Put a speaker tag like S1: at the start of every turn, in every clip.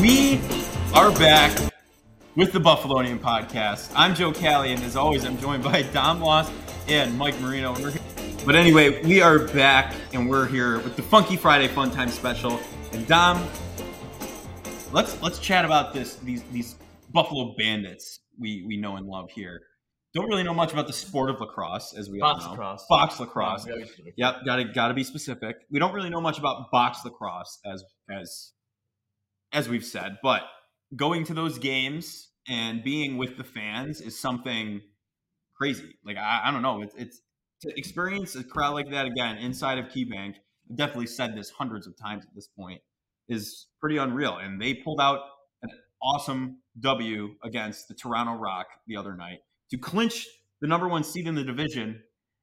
S1: We are back with the Buffalonian podcast. I'm Joe Callie, and as always, I'm joined by Dom Lost and Mike Marino. We're here- But anyway, we are back, and we're here with the Funky Friday Fun Time Special. And Dom, let's let's chat about this these these Buffalo Bandits we we know and love here. Don't really know much about the sport of lacrosse, as we
S2: Box
S1: all know.
S2: lacrosse.
S1: Box lacrosse.
S2: Yeah,
S1: Yep, gotta gotta be specific. We don't really know much about box lacrosse as as as we've said, but going to those games and being with the fans is something crazy. Like I, I don't know, it's it's to experience a crowd like that again inside of KeyBank. I've definitely said this hundreds of times at this point is pretty unreal, and they pulled out an awesome W against the Toronto Rock the other night to clinch the number one seed in the division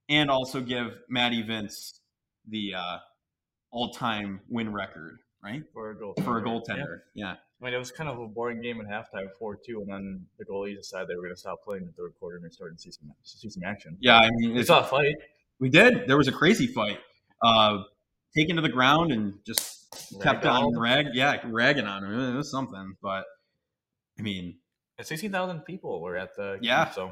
S1: and also give Matty Vince the uh, all-time win record, right?
S2: For a goal.
S1: For a goaltender. Yeah.
S2: I mean, it was kind of a boring game at halftime, four two, and then the goalies decided they were going to stop playing in the third quarter and they started to see some see some action.
S1: Yeah, I mean,
S2: We
S1: it's,
S2: saw a fight.
S1: we did. There was a crazy fight. Uh, taken to the ground and just kept on
S2: Ragdoll.
S1: rag, yeah, ragging on him. It was something, but I mean,
S2: And sixteen thousand people were at the game,
S1: Yeah.
S2: So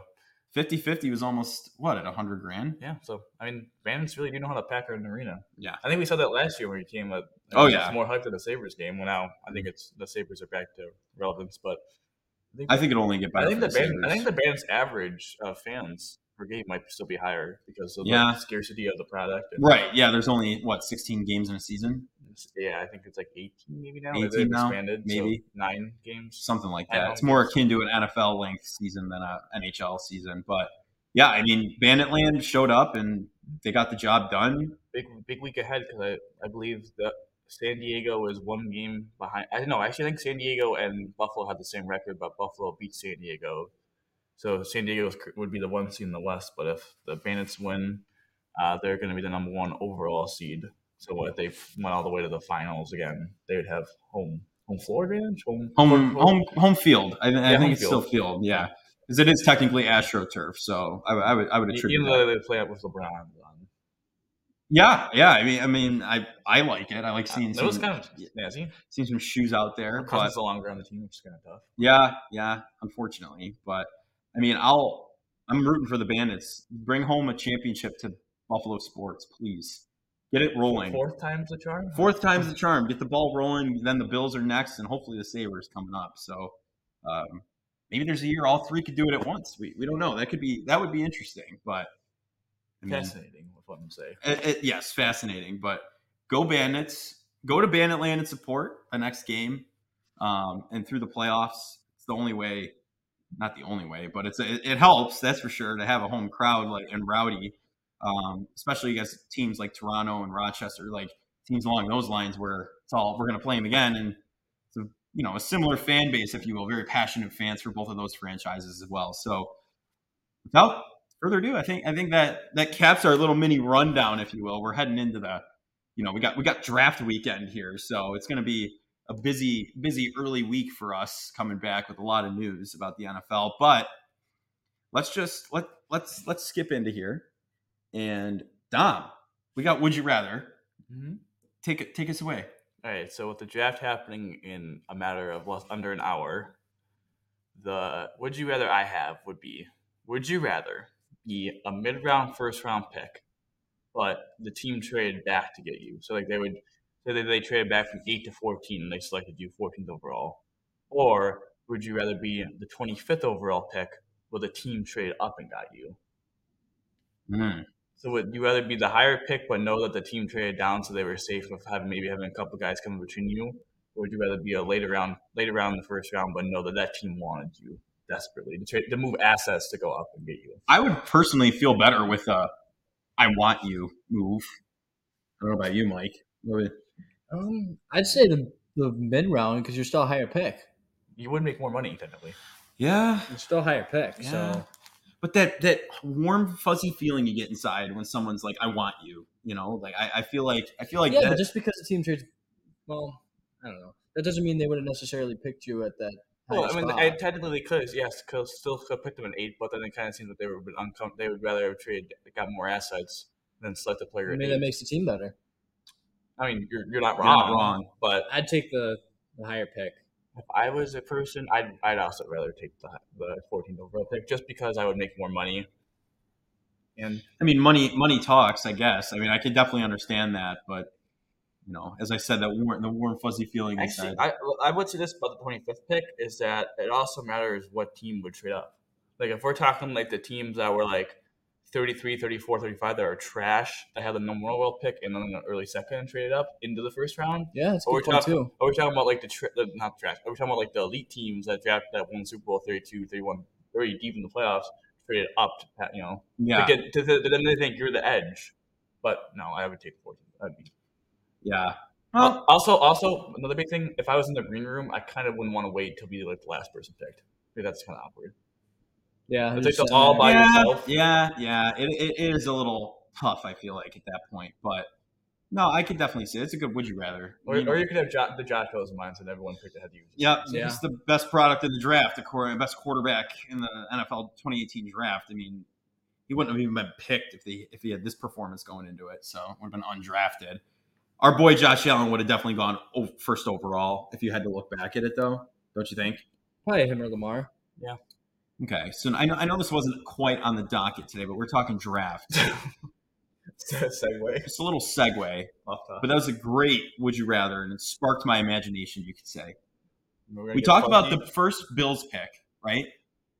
S1: 50-50 was almost what at 100 grand.
S2: yeah. So I mean, Bandits really do know how to pack an arena.
S1: Yeah.
S2: I think we saw that last year when we came up.
S1: Oh,
S2: it's
S1: yeah.
S2: more hype to the Sabers game. Well, now I think it's the Sabers are back to relevance, but I think
S1: I think it'll only get better.
S2: I think
S1: for
S2: the band, I
S1: Sabres.
S2: think the band's average uh, fans per game might still be higher because of
S1: Yeah.
S2: the scarcity of the product. And
S1: right. Yeah, there's only what 16 games in a season,
S2: it's- Yeah, I think it's like 18 maybe now.
S1: 18
S2: They've
S1: now,
S2: expanded, so
S1: maybe.
S2: nine games.
S1: something like
S2: I
S1: that.
S2: don't
S1: It's more akin
S2: think
S1: to an NFL length season than a NHL season, but yeah, I mean, Banditland showed up and they got the job done.
S2: Big big week ahead because I, I believe that San Diego is one game behind. I don't know. Actually, I think San Diego and Buffalo had the same record, but Buffalo beat San Diego. So San Diego would be the one seed in the West, but if the Bandits win, uh, they're going to be the number one overall seed. So if they went all the way to the finals again, they would have home home floor advantage. Home
S1: Home,
S2: floor-
S1: home, home field. I, I
S2: Yeah,
S1: think
S2: home
S1: it's
S2: field.
S1: still field. Yeah, because it is technically AstroTurf, so I, would- I would, I would attribute.
S2: e, Even
S1: that.
S2: though they play up with LeBron, um,
S1: Yeah, yeah. I mean, I mean, I, I like it. I like seeing
S2: that
S1: some,
S2: was kind of snazzy.
S1: seeing some shoes out there. But
S2: Cousins no longer on the team, which is kind of tough.
S1: Yeah, yeah, unfortunately, but I mean, I'll I'm rooting for the Bandits. Bring home a championship to Buffalo sports, please. Get it rolling.
S2: Fourth time's the charm.
S1: Fourth time's the charm. Get the ball rolling. Then the Bills are next, and hopefully the Sabers coming up. So um, maybe there's a year all three could do it at once. We, we don't know. That could be that would be interesting. But I mean,
S2: Fascinating, with what I'm saying.
S1: it- it- Uh, yes, fascinating. But go Bandits. Go to Banditland and support the next game, um, and through the playoffs. It's the only way. Not the only way, but it's it, it helps. That's for sure to have a home crowd like and rowdy, um, especially against teams like Toronto and Rochester, like teams along those lines where it's all we're going to play them again, and it's a, you know a similar fan base, if you will, very passionate fans for both of those franchises as well. So without further ado, I think I think that that caps our little mini rundown, if you will. We're heading into the, you know, we got we got draft weekend here, so it's going to be a busy busy early week for us coming back with a lot of news about the NFL. But let's just let let's let's skip into here and Dom, we got would you rather
S2: Mm-hmm.
S1: take it take us away.
S2: All right, so with the draft happening in a matter of less under an hour, the would you rather I have would be would you rather be a mid round first round pick, but the team traded back to get you? So like they would say that they traded back from eight to fourteen and they selected you fourteenth overall, or would you rather be the twenty fifth overall pick, but the team traded up and got you?
S1: Mm.
S2: So would you rather be the higher pick but know that the team traded down so they were safe with having maybe having a couple guys coming between you? Or would you rather be a later round later round in the first round but know that that team wanted you desperately to trade to move assets to go up and get you?
S1: I would personally feel better with a I want you move. I don't know about you, Mike. What would-
S3: Um, I'd say the the mid round because you're still a higher pick.
S2: You would make more money technically.
S1: Yeah,
S3: You're still a higher pick.
S1: Yeah.
S3: So
S1: but that that warm fuzzy feeling you get inside when someone's like i want you you know like i, I feel like i feel like
S3: yeah,
S1: that,
S3: but just because the team trades, well, I don't know. That doesn't mean they would have necessarily picked you at that. high
S2: Well, I mean,
S3: spot.
S2: I, technically they could, yes, could still could pick them an eight, but then it kind of seems that they were a bit uncom- They would rather have traded, got more assets than select a player. at
S3: maybe
S2: eight.
S3: that makes the team better.
S2: I mean, you're, you're not
S1: You're
S2: wrong,
S1: not wrong.
S2: but
S3: I'd take the, the higher pick.
S2: If I was a person, I'd, I'd also rather take the, the 14th overall pick just because I would make more money. And
S1: I mean, money money talks, I guess. I mean, I could definitely understand that, but you know, as I said, that warm, the warm fuzzy feeling
S2: actually,
S1: inside.
S2: I, I would say this about the 25th pick is that it also matters what team would trade up. Like, if we're talking like the teams that were like 33, 34, 35 that are trash, that had the number one world pick and then the early second and traded up into the first round,
S3: Yeah, it's a
S2: Or
S3: good
S2: we're
S3: point too.
S2: Are we talking about like the, tra- the not draft? Are we talking about like the elite teams that draft that won Super Bowl 32, 31, 30 deep in the playoffs, traded up to pat- you know
S1: yeah,
S2: to get to, to, then they think you're the edge. But no, I would take 14. That'd be.
S1: yeah. Well,
S2: also, also another big thing. If I was in the green room, I kind of wouldn't want to wait till be like the last person picked. Because that's kind of awkward.
S3: Yeah, uh, you're
S2: It's like the
S3: sitting
S2: all
S3: there.
S2: by
S1: yeah,
S2: yourself.
S1: yeah, yeah. It, it- it is a little tough. I feel like at that point, but no, I could definitely see it. it's a good. Would you rather?
S2: Or,
S1: You know,
S2: or you could have jo- the Josh Rosen mindset. Everyone picked ahead of you.
S1: Mm. Yeah,
S3: Yeah.
S1: he's the best product in the draft, according best quarterback in the NFL 2018 draft. I mean, he wouldn't have even been picked if they if he had this performance going into it. So would have been undrafted. Our boy Josh Allen would have definitely gone o- first overall if you had to look back at it, though. Don't you think?
S3: Probably him or Lamar.
S1: Okay, so I know, I know this wasn't quite on the docket today, but we're talking draft.
S2: Segue.
S1: It's a little segue,
S2: Off topic.
S1: but that was a great would you rather, and it sparked my imagination. You could say.
S2: We're gonna
S1: we
S2: get
S1: talked about
S2: fuzzy.
S1: the first Bills pick, right?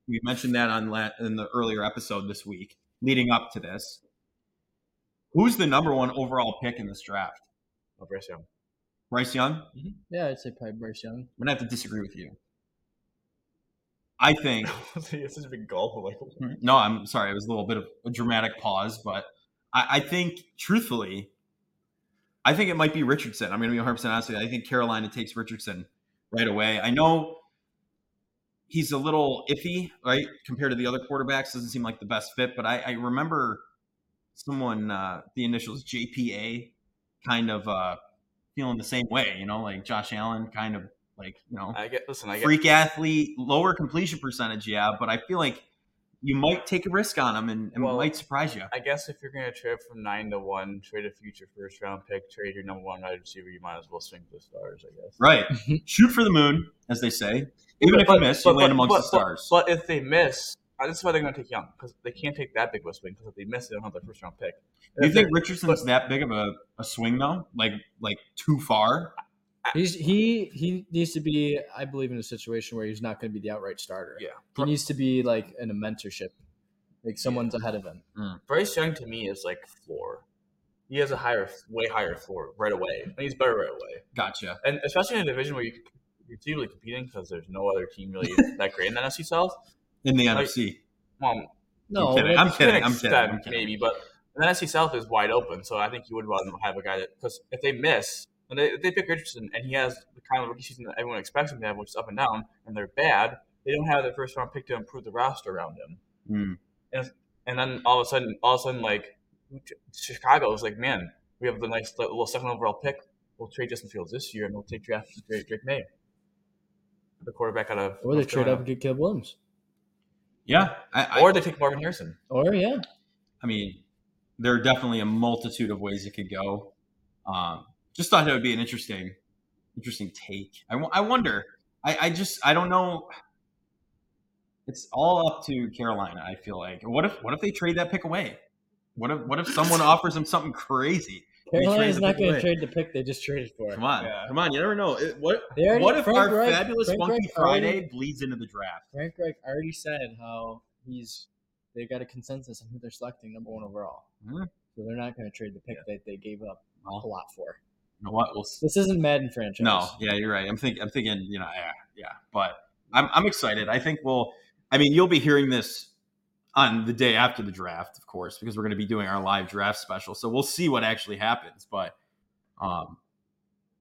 S1: We mentioned that on la- in the earlier episode this week, leading up to this. Who's the number one overall pick in this draft?
S2: Oh, Bryce Young.
S1: Bryce Young.
S3: Yeah, I'd say probably Bryce Young.
S1: I'm gonna have to disagree with you. I think
S2: it's such a big gulp. of, Like,
S1: Mm-hmm. no. I'm sorry. It was a little bit of a dramatic pause, but I, I think truthfully, I think it might be Richardson. I'm gonna be 100 percent honest with you. I think Carolina takes Richardson right away. I know he's a little iffy, right, compared to the other quarterbacks. Doesn't seem like the best fit, but I, I remember someone, uh, the initials JPA, kind of uh, feeling the same way. You know, like Josh Allen, kind of like you know,
S2: I get. Listen, I get.
S1: freak athlete, lower completion percentage, yeah, but I feel like you might take a risk on him and, and
S2: Well-
S1: might surprise you.
S2: I guess if you're gonna trade from nine to one, trade a future first round pick, trade your number one wide receiver, you might as well swing for the stars. I guess.
S1: Right. Shoot for the moon, as they say. Even if you miss, you land amongst
S2: but-
S1: the stars.
S2: But, but if they miss, uh, that's why they're gonna take Young because they can't take that big of a swing. Because if they miss, they don't have their first round pick.
S1: Do you think Richardson's that big of a, a swing though? Like like too far?
S3: He's he he needs to be, I believe, in a situation where he's not going to be the outright starter.
S2: Yeah.
S3: He needs to be like in a mentorship, like someone's ahead of him.
S2: Bryce Young to me is like floor. He has a higher, way higher floor right away, and he's better right away.
S1: Gotcha.
S2: and especially in a division where you, you're really competing because there's no other team really that great in the NFC South.
S1: In the
S2: Like-
S1: NFC.
S2: Um,
S3: No,
S1: kidding.
S3: that's-
S1: I'm
S2: to an
S1: kidding. I'm kidding.
S2: extent,
S1: I'm kidding.
S2: Maybe, but the NFC South is wide open, so I think you would rather have a guy that because if they miss and they, if they pick Richardson and he has the kind of rookie season that everyone expects him to have, which is up and down, and they're bad, they don't have their first round pick to improve the roster around him,
S1: Hmm.
S2: and then all of a sudden, all of a sudden, like Chicago is like, man, we have the nice little second overall pick. We'll trade Justin Fields this year, and we'll take draft Drake Drake May, the quarterback out of
S3: Or they
S2: North
S3: trade up
S2: Carolina.
S3: and get Caleb Williams.
S1: Yeah. I, I,
S2: or they take Marvin Harrison.
S3: Or yeah,
S1: I mean, there are definitely a multitude of ways it could go. Um, just thought that would be an interesting, interesting take. I, wo- I wonder. I, I just I don't know. It's all up to Carolina. I feel like. What if what if they trade that pick away? What if what if someone offers them something crazy? They traded
S3: Carolina's
S1: the
S3: not
S1: pick
S3: going to
S1: away.
S3: trade the pick they just traded for.
S1: Come on,
S2: Yeah.
S1: come on. You never know. It- what
S3: They already-
S1: what if
S3: Frank
S1: our
S3: Reich-
S1: fabulous
S3: Frank
S1: Funky
S3: Reich already-
S1: Friday bleeds into the draft?
S3: Frank Reich already said how he's they've got a consensus on who they're selecting number one overall.
S1: Hmm.
S3: So they're not going to trade the pick that they gave up
S1: Well.
S3: a lot for.
S1: You know what? We'll see.
S3: This isn't Madden franchise.
S1: No, yeah, you're right. I'm thinking, I'm thinking, you know, yeah, yeah. But I'm, I'm excited. I think we'll. I mean, you'll be hearing this on the day after the draft, of course, because we're going to be doing our live draft special. So we'll see what actually happens. But, um,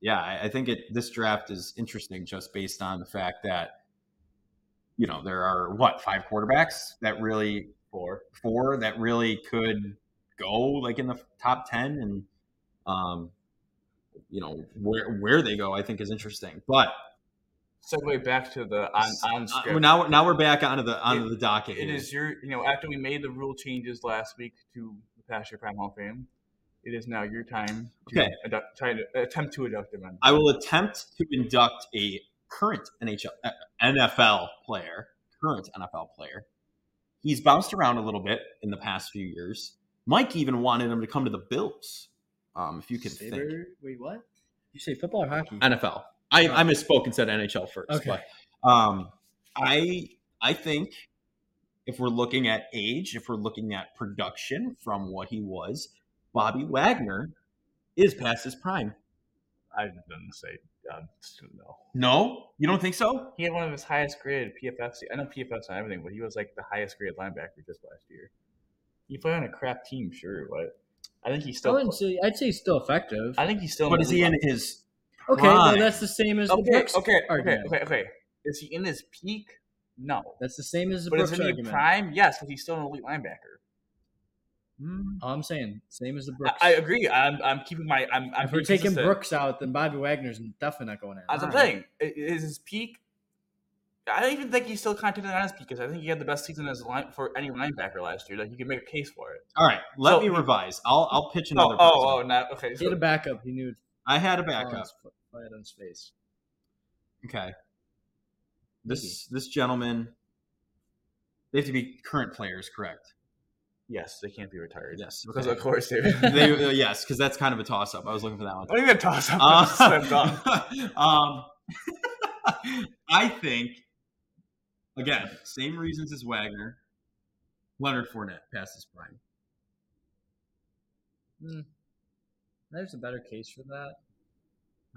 S1: yeah, I, I think it this draft is interesting just based on the fact that, you know, there are what five quarterbacks that really four four that really could go like in the top ten and, um, you know where where they go i think is interesting but
S2: Segue back to the on, on
S1: uh,
S2: script.
S1: now we're- now we're back onto the onto the docket
S2: It
S1: here.
S2: is your, you know, after we made the rule changes last week to the past your prime Hall of Fame, it is now your time to
S1: Okay.
S2: adu- try to attempt to induct them. in.
S1: i will attempt to induct a current NHL uh, NFL player, current NFL player. He's bounced around a little bit in the past few years. Mike even wanted him to come to the Bills. Um, if you can think
S3: Saber, wait, what? You say football or hockey?
S1: NFL. I, I misspoke and said NHL first.
S3: Okay.
S1: But um, I I think if we're looking at age, if we're looking at production from what he was, Bobby Wagner is past his prime.
S2: I didn't say uh, no.
S1: No, you don't think so?
S2: He had one of his highest graded PFFs. I know PFFs and everything, but he was like the highest graded linebacker just last year. He played on a crap team, sure, but I think he's
S3: I
S2: still.
S3: wouldn't say. I'd say he's still effective.
S2: I think he's still.
S1: But is he in his
S3: okay, well,
S1: prime?
S3: that's the same as the
S2: Okay,
S3: Brooks
S2: okay, okay,
S3: argument.
S2: okay, okay. Is he in his peak? No.
S3: That's the same as the
S2: But is
S3: Brooks
S2: he in
S3: argument.
S2: his prime? Yes, because he's still an elite linebacker.
S3: All I'm saying, same as the Brooks.
S2: I, I agree. I'm, I'm keeping my. I'm, I'm
S3: if we're
S2: being
S3: taking
S2: consistent.
S3: Brooks out, then Bobby Wagner's definitely not going in.
S2: That's what I'm
S1: Alright.
S2: saying. I- Is his peak? I don't even think he's still contending on his peak because I think he had the best season as a line for any linebacker last year. Like you can make a case for it.
S1: All right, let
S2: So-
S1: me revise. I'll I'll pitch
S2: Oh,
S1: another. person.
S2: oh, oh, not okay.
S3: He had a
S2: So,
S3: backup. He knew it
S1: I had a
S3: fell on
S1: backup.
S3: his foot- flat on his face.
S1: Okay. This this gentleman. They have to be current players, correct?
S2: yes, they can't be retired.
S1: Yes.
S2: because
S1: okay.
S2: of course they.
S1: they, uh, yes, because that's kind of a toss up. I was looking for that one.
S2: I'm gonna toss up.
S1: Um, um, I think, again, same reasons as Wagner. Leonard Fournette passes prime.
S3: There's a better case for that.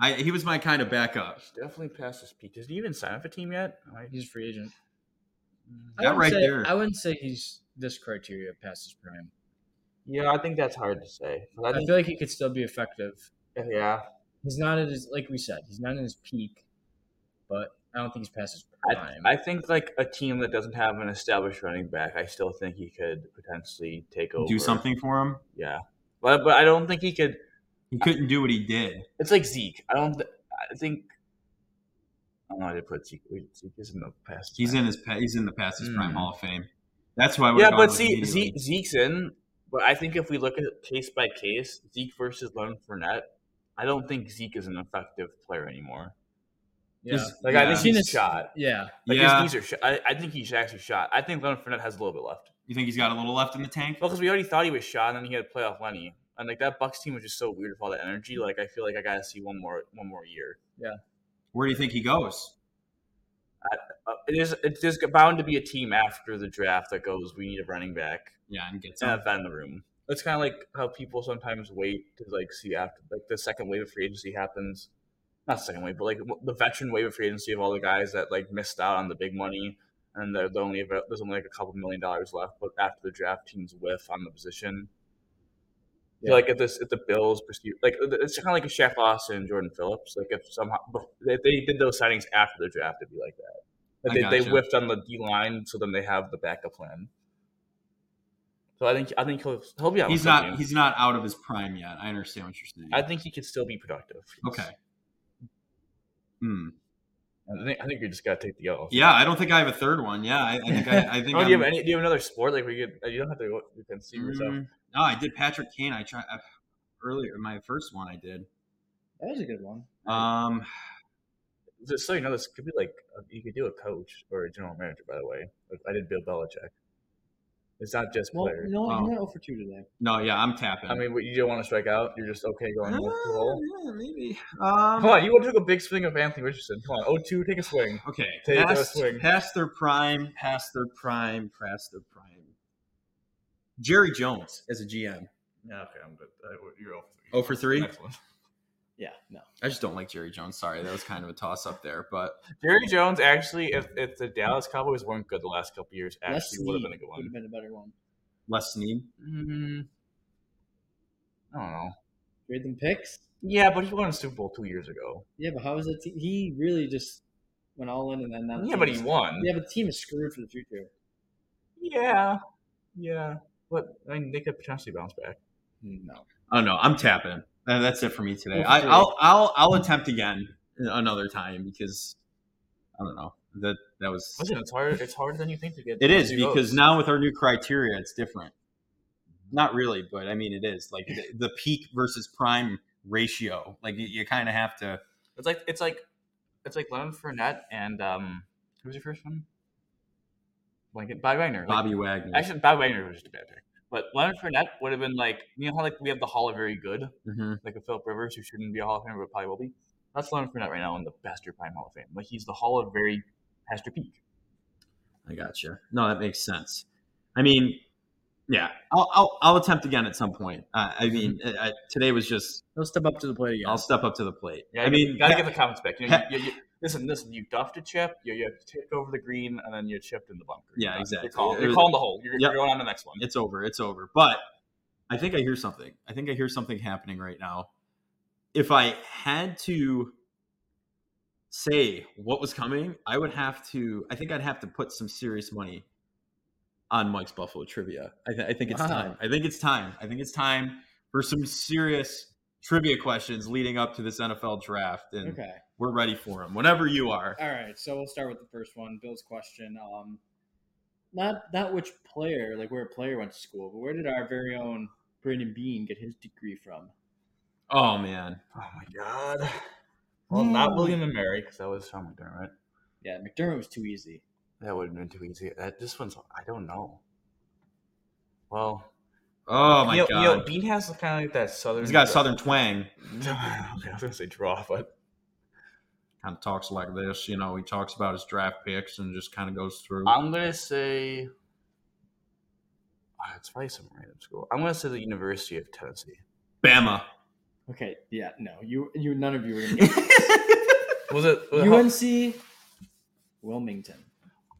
S1: I, he was my kind of backup.
S2: Definitely past his peak. Does he even sign up a team yet? Like,
S3: He's a free agent. I
S1: That
S3: wouldn't
S1: right
S3: say-
S1: there.
S3: I wouldn't say he's this criteria past his prime.
S2: Yeah, I think that's hard to say. I
S3: I
S2: think,
S3: feel like he could still be effective.
S2: yeah,
S3: He's not at his like we said. He's not in his peak, but I don't think he's past his
S2: I,
S3: prime.
S2: I think like a team that doesn't have an established running back, I still think he could potentially take over.
S1: Do something for him.
S2: Yeah, but but I don't think he could.
S1: He couldn't do what he did.
S2: It's like Zeke. I don't. Th- I think. I don't know how to put Zeke. Wait, Zeke is in the past.
S1: He's in his pa- he's in the past his prime
S2: Mm.
S1: Hall of Fame. That's why. I would've
S2: Yeah,
S1: gone
S2: but
S1: with
S2: see,
S1: immediately.
S2: Zeke, Zeke's in. But I think if we look at it case by case, Zeke versus Leonard Fournette, I don't think Zeke is an effective player anymore.
S3: yeah,
S1: Is-
S2: Like I
S1: Yeah.
S2: think
S3: Seen
S2: he's
S3: this-
S2: shot.
S3: yeah.
S2: Like
S1: yeah,
S2: his knees are shot. I, I think he's actually shot. I think Leonard Fournette has a little bit left.
S1: you think he's got a little left in the tank?
S2: Well, because we already thought he was shot, and then he had playoff Lenny, and like that Bucks team was just so weird with all that energy. Like I feel like I gotta see one more one more year.
S1: Where do you think he goes?
S2: Uh, it is it's just bound to be a team after the draft that goes. We need a running back
S1: Yeah, and gets
S2: and
S1: him.
S2: a vet in the room. It's kind of like how people sometimes wait to like see after like the second wave of free agency happens. Not second wave, but like the veteran wave of free agency of all the guys that like missed out on the big money, and they're the only there's only like a couple million dollars left. But after the draft, teams whiff on the position. I feel
S3: Yeah.
S2: like if this if the Bills pursue like it's kind of like a Shaq Lawson and Jordan Phillips. Like if somehow if they did those signings after the draft, it'd be like that. Like
S1: I
S2: they, they
S1: gotcha.
S2: whiffed on the D line, so then they have the backup plan. So I think I think he'll he'll be out.
S1: He's
S2: with
S1: not
S2: something.
S1: he's not out of his prime yet. I understand what you're saying.
S2: I think he could still be productive.
S1: okay. Hmm.
S2: I think I think you just gotta take the L.
S1: Yeah, I don't think I have a third one. Yeah, I, I think I, I think.
S2: Oh, do you have
S1: I'm-
S2: any? Do you have another sport like where you get? You don't have to go. You can see yourself.
S1: Mm, no, I did Patrick Kane. I tried I- earlier. My first one I did.
S3: That was a good one.
S1: Um, Mm.
S2: Just so you know, this could be like uh, you could do a coach or a general manager. By the way, like I did Bill Belichick. It's not just
S3: Well,
S2: players.
S3: no,
S1: Wow.
S3: you went 0 for 2 today.
S1: no, yeah, I'm tapping.
S2: I mean, what, you don't want to strike out. You're just okay going with the
S1: Ah,
S2: roll.
S1: yeah, maybe.
S2: Come
S3: Ah.
S1: Um,
S2: on, you took a big swing of Anthony Richardson. Come on, 0-2, take a swing.
S1: okay,
S2: Take a
S1: past,
S2: swing.
S1: past their prime, past their prime, past their prime. Jerry Jones as a GM.
S2: Yeah, okay, I'm good. You're 0
S1: Oh for three.
S3: Yeah, no.
S1: I just don't like Jerry Jones. Sorry, that was kind of a toss up there, but
S2: Jerry Jones actually, if, if the Dallas Cowboys weren't good the last couple years, actually would have been a good
S3: Would
S2: one.
S3: have been a better one.
S1: less need.
S2: Mm, I don't know.
S3: Grade them picks.
S2: Yeah, but he won a Super Bowl two years ago.
S3: Yeah, but how is that? Team? He really just went all in and then that.
S2: Yeah,
S3: team
S2: but he
S3: is-
S2: won.
S3: Yeah, but the team is screwed for the future.
S2: Yeah, yeah. But I mean, they could potentially bounce back.
S3: No.
S1: Oh no, I'm tapping. Uh, That's it for me today.
S3: Okay.
S1: I, I'll I'll I'll attempt again another time because I don't know that that was.
S2: Listen, it's hard. It's harder than you think to get.
S1: It is
S2: two
S1: because
S2: votes.
S1: now with our new criteria, it's different. Not really, but I mean, it is like the, the peak versus prime ratio. Like you, you kind of have to.
S2: It's like it's like it's like Leonard Fournette and um, who was your first one? Blanket Bobby Wagner. Like,
S1: Bobby Wagner.
S2: actually, Bobby Wagner was just a bad pick. But Leonard Fournette would have been like you know how like we have the Hall of Very Good,
S1: Mhm.
S2: like with Philip Rivers, who shouldn't be a Hall of Famer but probably will be. That's Leonard Fournette right now in the Pastor Prime Hall of Fame. Like he's the Hall of Very Pastor Peak.
S1: I gotcha. No, that makes sense. I mean, yeah, I'll I'll, I'll attempt again at some point. Uh, I mean, I, I, today was just
S3: He'll step up to the plate again.
S1: I'll step up to the plate.
S2: Yeah,
S1: I mean,
S2: gotta get the comments back. You know, you, you, you, listen, listen, you duffed a chip, you, you tipped over the green, and then you chipped in the bunker.
S1: Yeah,
S2: You're
S1: exactly.
S2: calling- You're
S1: It was-
S2: calling, the hole. You're,
S1: Yep.
S2: you're going on the next one.
S1: it's over. It's over. But I think I hear something. I think I hear something happening right now. If I had to say what was coming, I would have to. I think I'd have to put some serious money on Mike's Buffalo trivia. I, th- I think it's
S3: Wow.
S1: time. I think it's time. I think it's time for some serious trivia questions leading up to this NFL draft, and
S4: Okay.
S1: we're ready for them. Whenever you are.
S4: All right. So we'll start with the first one. Bill's question. Um, not not which player, like where a player went to school, but where did our very own Brandon Bean get his degree from?
S1: Oh man,
S2: Oh my
S1: Hmm.
S2: god. Well, not William and Mary, because that was oh from McDermott.
S4: Yeah, McDermott was too easy.
S2: That would have been too easy. That this one's I don't know. Well,
S1: oh my
S2: you know- you know,
S1: god.
S2: Bean has kind of like that southern.
S1: He's got a southern twang.
S2: okay, I was gonna say draw, but
S1: kind of talks like this. You know, he talks about his draft picks and just kind of goes through.
S2: I'm gonna say Ah, it's probably some random school. I'm gonna say the University of Tennessee.
S1: Bama.
S4: Okay. Yeah. No. You. You. None of you were. Gonna
S2: Was it, was it how-
S4: UNC Wilmington.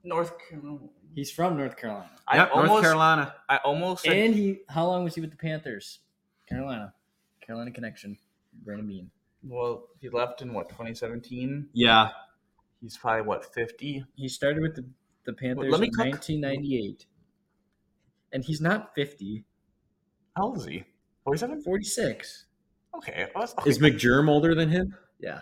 S2: North Carolina?
S4: He's from North Carolina.
S2: I
S1: yep,
S2: almost,
S1: North Carolina.
S2: I almost said
S4: And he how long was he with the Panthers? Carolina. Carolina connection. Brandon Bean.
S2: Well, he left in what 2017.
S1: Yeah.
S2: He's probably what 50.
S4: He started with the, the Panthers
S2: me
S4: in
S2: click.
S4: 1998. And he's not 50,
S2: How old is he? 47.
S4: 46.
S2: Okay. well, that's-
S1: Is McJerm older than him?
S4: Yeah.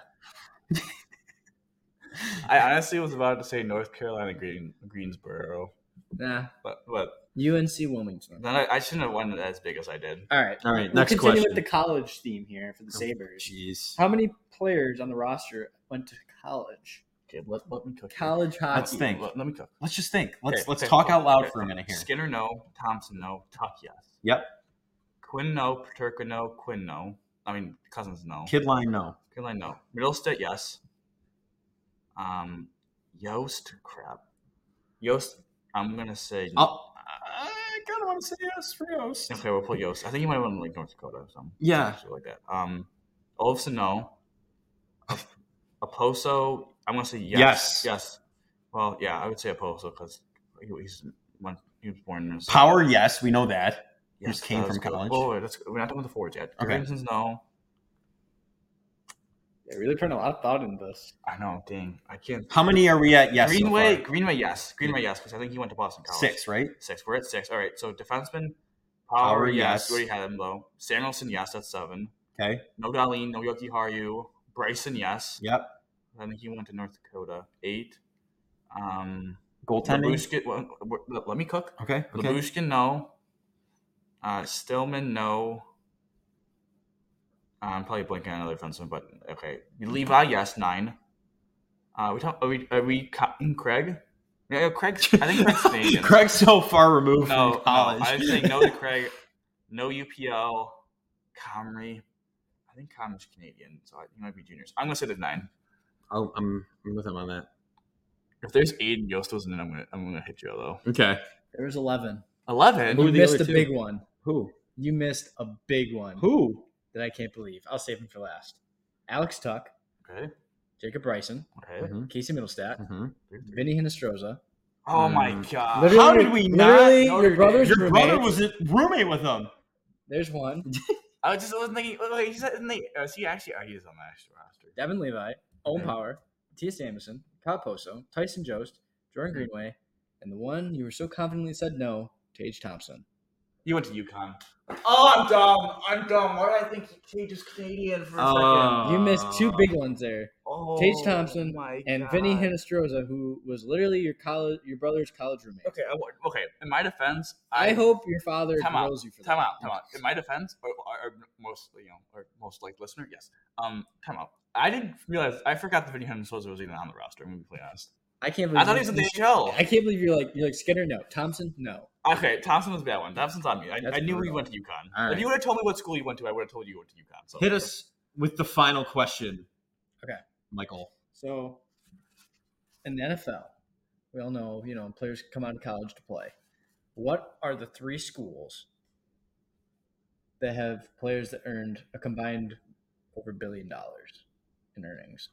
S2: I honestly was about to say North Carolina Green Greensboro,
S4: Nah.
S2: but but
S4: UNC Wilmington.
S2: then I, I shouldn't have won it as big as I did.
S4: All right.
S1: All right,
S4: We'll
S1: next
S4: continue
S1: question.
S4: with the college theme here for the
S1: Oh,
S4: Sabres.
S1: Jeez.
S4: How many players on the roster went to college?
S2: Okay, let, let me cook. here.
S4: College hockey.
S1: Let's think.
S2: Let, let me cook.
S1: Let's just think. Let's
S2: Okay,
S1: let's
S2: okay,
S1: talk
S2: okay,
S1: out loud
S2: okay.
S1: for a minute here.
S2: Skinner no, Thompson no, Tuck yes.
S1: Yep.
S2: Quinn no, Paterka no, Quinn no. I mean Cousins no.
S1: Kidline, no.
S2: Carolina no. Middlestate yes. Um, Yost crap. Yost, I'm gonna say.
S1: I'll, I kind of want to say yes for Yost.
S2: Okay, we'll put Yost. I think he might have won like North Dakota or something.
S1: Yeah.
S2: Something like that. Um, Olafson, no. Oposo, I'm gonna say yes.
S1: Yes.
S2: Yes. Well, yeah, I would say Oposo because he, he's when he was born in Minnesota.
S1: Power, yes, we know that.
S2: Yes,
S1: just came
S2: that was
S1: from
S2: good.
S1: college.
S2: Oh, wait, that's, we're not done with the forwards yet.
S1: Okay.
S2: Grimson's no.
S4: Yeah, really putting a lot of thought into this.
S2: I know. Dang, I can't.
S1: How many are we at? Yes. so
S2: Greenway,
S1: far?
S2: Greenway, yes. Greenway, yes, because I think he went to Boston College.
S1: Six, right?
S2: Six. We're at six. All right. So defenseman,
S1: Power,
S2: Power, yes.
S1: yes.
S2: We already had him though. Samuelson, yes. That's seven.
S1: Okay.
S2: No Darlene, no Yoki Haru. Bryson, yes.
S1: Yep.
S2: I think he went to North Dakota. Eight. Um,
S1: Goaltending.
S2: Labushkin, well, w- let me cook.
S1: Okay. Okay.
S2: Labushkin, no. Uh, Stillman, no. Uh, I'm probably blanking on another defenseman, but okay. Levi, yes, nine. Uh, we talk, are we are we counting Craig? Yeah, yeah, Craig's. I think Craig's Canadian.
S1: Craig's so far removed
S2: no,
S1: from college.
S2: no, I'm saying no to Craig. No UPL. Comrie. I think Comrie's Canadian, so I- he might be juniors. I'm gonna say there's nine.
S1: I'll- Oh, I'm, I'm with him on that.
S2: If there's eight and Yost wasn't in, I'm gonna I'm gonna hit you though.
S1: Okay.
S4: There was 11.
S2: Eleven.
S1: Who
S4: You
S1: were the
S4: missed
S1: other
S4: a
S1: two?
S4: big one.
S1: Who?
S4: You missed a big one
S1: Who?
S4: that I can't believe. I'll save him for last. Alex Tuck,
S2: Okay.
S4: Jacob Bryson,
S2: Okay.
S1: Mhm.
S4: Casey Middlestat,
S1: Mhm.
S4: Vinny Hinestroza.
S2: Oh my
S1: Mm.
S2: god.
S1: Literally- How did we not
S4: literally
S2: know
S4: your
S2: your
S4: brother's
S1: Your
S4: roommate.
S1: brother was a roommate with him.
S4: There's one.
S2: I was just wasn't thinking. oh, Wait, he's not in the. Oh, is he actually? Oh, he is on the actual roster.
S4: Devin Levi, Owen
S2: Okay.
S4: Power, Matthias Anderson, Kyle Poso, Tyson Jost, Jordan
S2: Hmm.
S4: Greenway, and the one you were so confidently said no, Tage Thompson.
S2: You went to UConn. Oh, I'm dumb. I'm dumb. Why did I think Cage is Canadian for a second?
S4: You missed two big ones there.
S2: Oh,
S4: Tage Thompson
S2: my
S4: And Vinny
S2: God.
S4: Hinestroza, who was literally your college, your brother's college roommate.
S2: Okay, I, wa- okay. In my defense, I,
S4: I hope your father
S2: Time out.
S4: grills you for that.
S2: Time out. Time out. In my defense, or, or, or mostly, you know, or most like listener, yes. Um, time out. I didn't realize I forgot that Vinny Henry Sosa was even on the roster. I'm gonna be quite honest.
S3: I can't believe
S2: I thought he was in the
S1: Oh.
S2: NHL.
S4: I can't believe you're like you're like Skinner. No, Thompson. No.
S2: Okay, Thompson was a bad one. Thompson's on me. I,
S3: That's
S2: I knew he
S3: brutal.
S2: went to UConn.
S1: All
S2: If
S1: right.
S2: you would have told me what school you went to, I would have told you you went to UConn. So
S1: Hit us with the final question.
S4: Okay.
S1: Michael.
S4: So, in the NFL, we all know you know players come out of college to play. What are the three schools that have players that earned a combined over a billion dollars in earnings?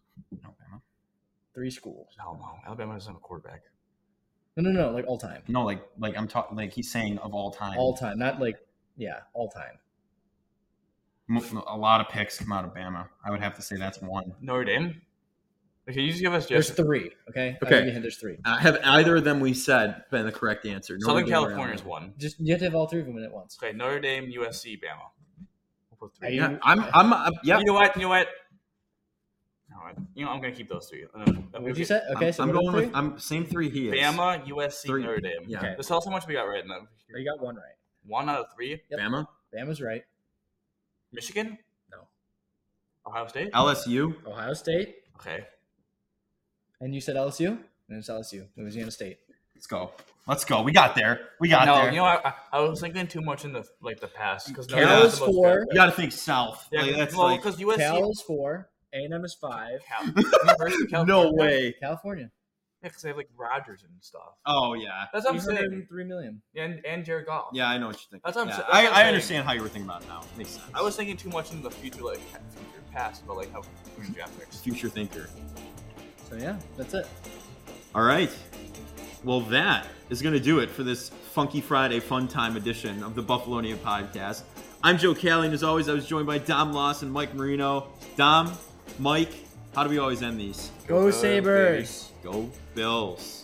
S4: Three schools.
S2: No, no, Oh, Alabama doesn't have a quarterback.
S4: No, no, no. Like all time,
S1: No, like like I'm talking like he's saying of all time.
S4: all time. Not like yeah, all time.
S1: Mo- A lot of picks come out of Bama. I would have to say that's one.
S2: Notre Dame. Okay, you just give us
S4: There's
S2: just
S4: three. Okay. I'll
S1: Okay.
S4: give you a hint, there's three.
S1: Uh, have either of them we said been the correct answer? No
S2: Southern
S1: one went
S2: California's
S1: around.
S2: one.
S4: Just you have to have all three of them in at once.
S2: Okay, Notre Dame, USC, Bama. We'll put three.
S4: Are
S1: Yeah, I'm. I'm. Uh, yeah.
S2: You know what? You know what? No, I- you know I'm gonna keep those three. Uh,
S4: What'd
S2: okay.
S4: you say? Okay,
S1: I'm,
S4: so
S1: I'm
S4: what are the
S1: going
S4: three?
S1: with. I'm same three. He is.
S2: Bama, USC,
S1: Three.
S2: Notre Dame.
S1: Yeah.
S4: Okay.
S2: Just tell us how much we got right now.
S4: You got one right.
S2: One out of three.
S4: Yep.
S1: Bama.
S4: Bama's right.
S2: Michigan.
S4: No.
S2: Ohio State.
S1: LSU.
S4: Ohio State.
S2: Okay.
S4: And you said LSU? And it's LSU, Louisiana State.
S1: Let's go. Let's go. We got there. We got
S2: no,
S1: there.
S2: you know I, I- I was thinking too much in the like the past because
S1: Cal
S4: is four.
S1: you got to think South.
S2: Yeah,
S1: like, that's
S2: well,
S1: like
S2: because USC.
S4: Cal is four. A&M is five.
S2: Cal. University of California.
S1: no way.
S4: California.
S2: Yeah, 'cause they have like Rogers and stuff.
S1: Oh yeah.
S2: That's what I'm saying.
S4: 303 million.
S2: And and Jared Goff.
S1: Yeah, I know what you think.
S2: That's what I'm
S1: yeah,
S2: sa- that's
S1: I,
S2: what I'm
S1: I
S2: saying.
S1: understand how you were thinking about it now. Makes sense.
S2: I was thinking too much in the future, like future past, about like how we draft picks.
S1: future thinker.
S4: So yeah, that's it.
S1: All right. Well, that is going to do it for this Funky Friday Fun Time edition of the Buffalonian Podcast. I'm Joe Callie, and as always, I was joined by Dom Loss and Mike Marino. Dom, Mike, how do we always end these?
S4: Go, Sabres.
S1: Go Bills.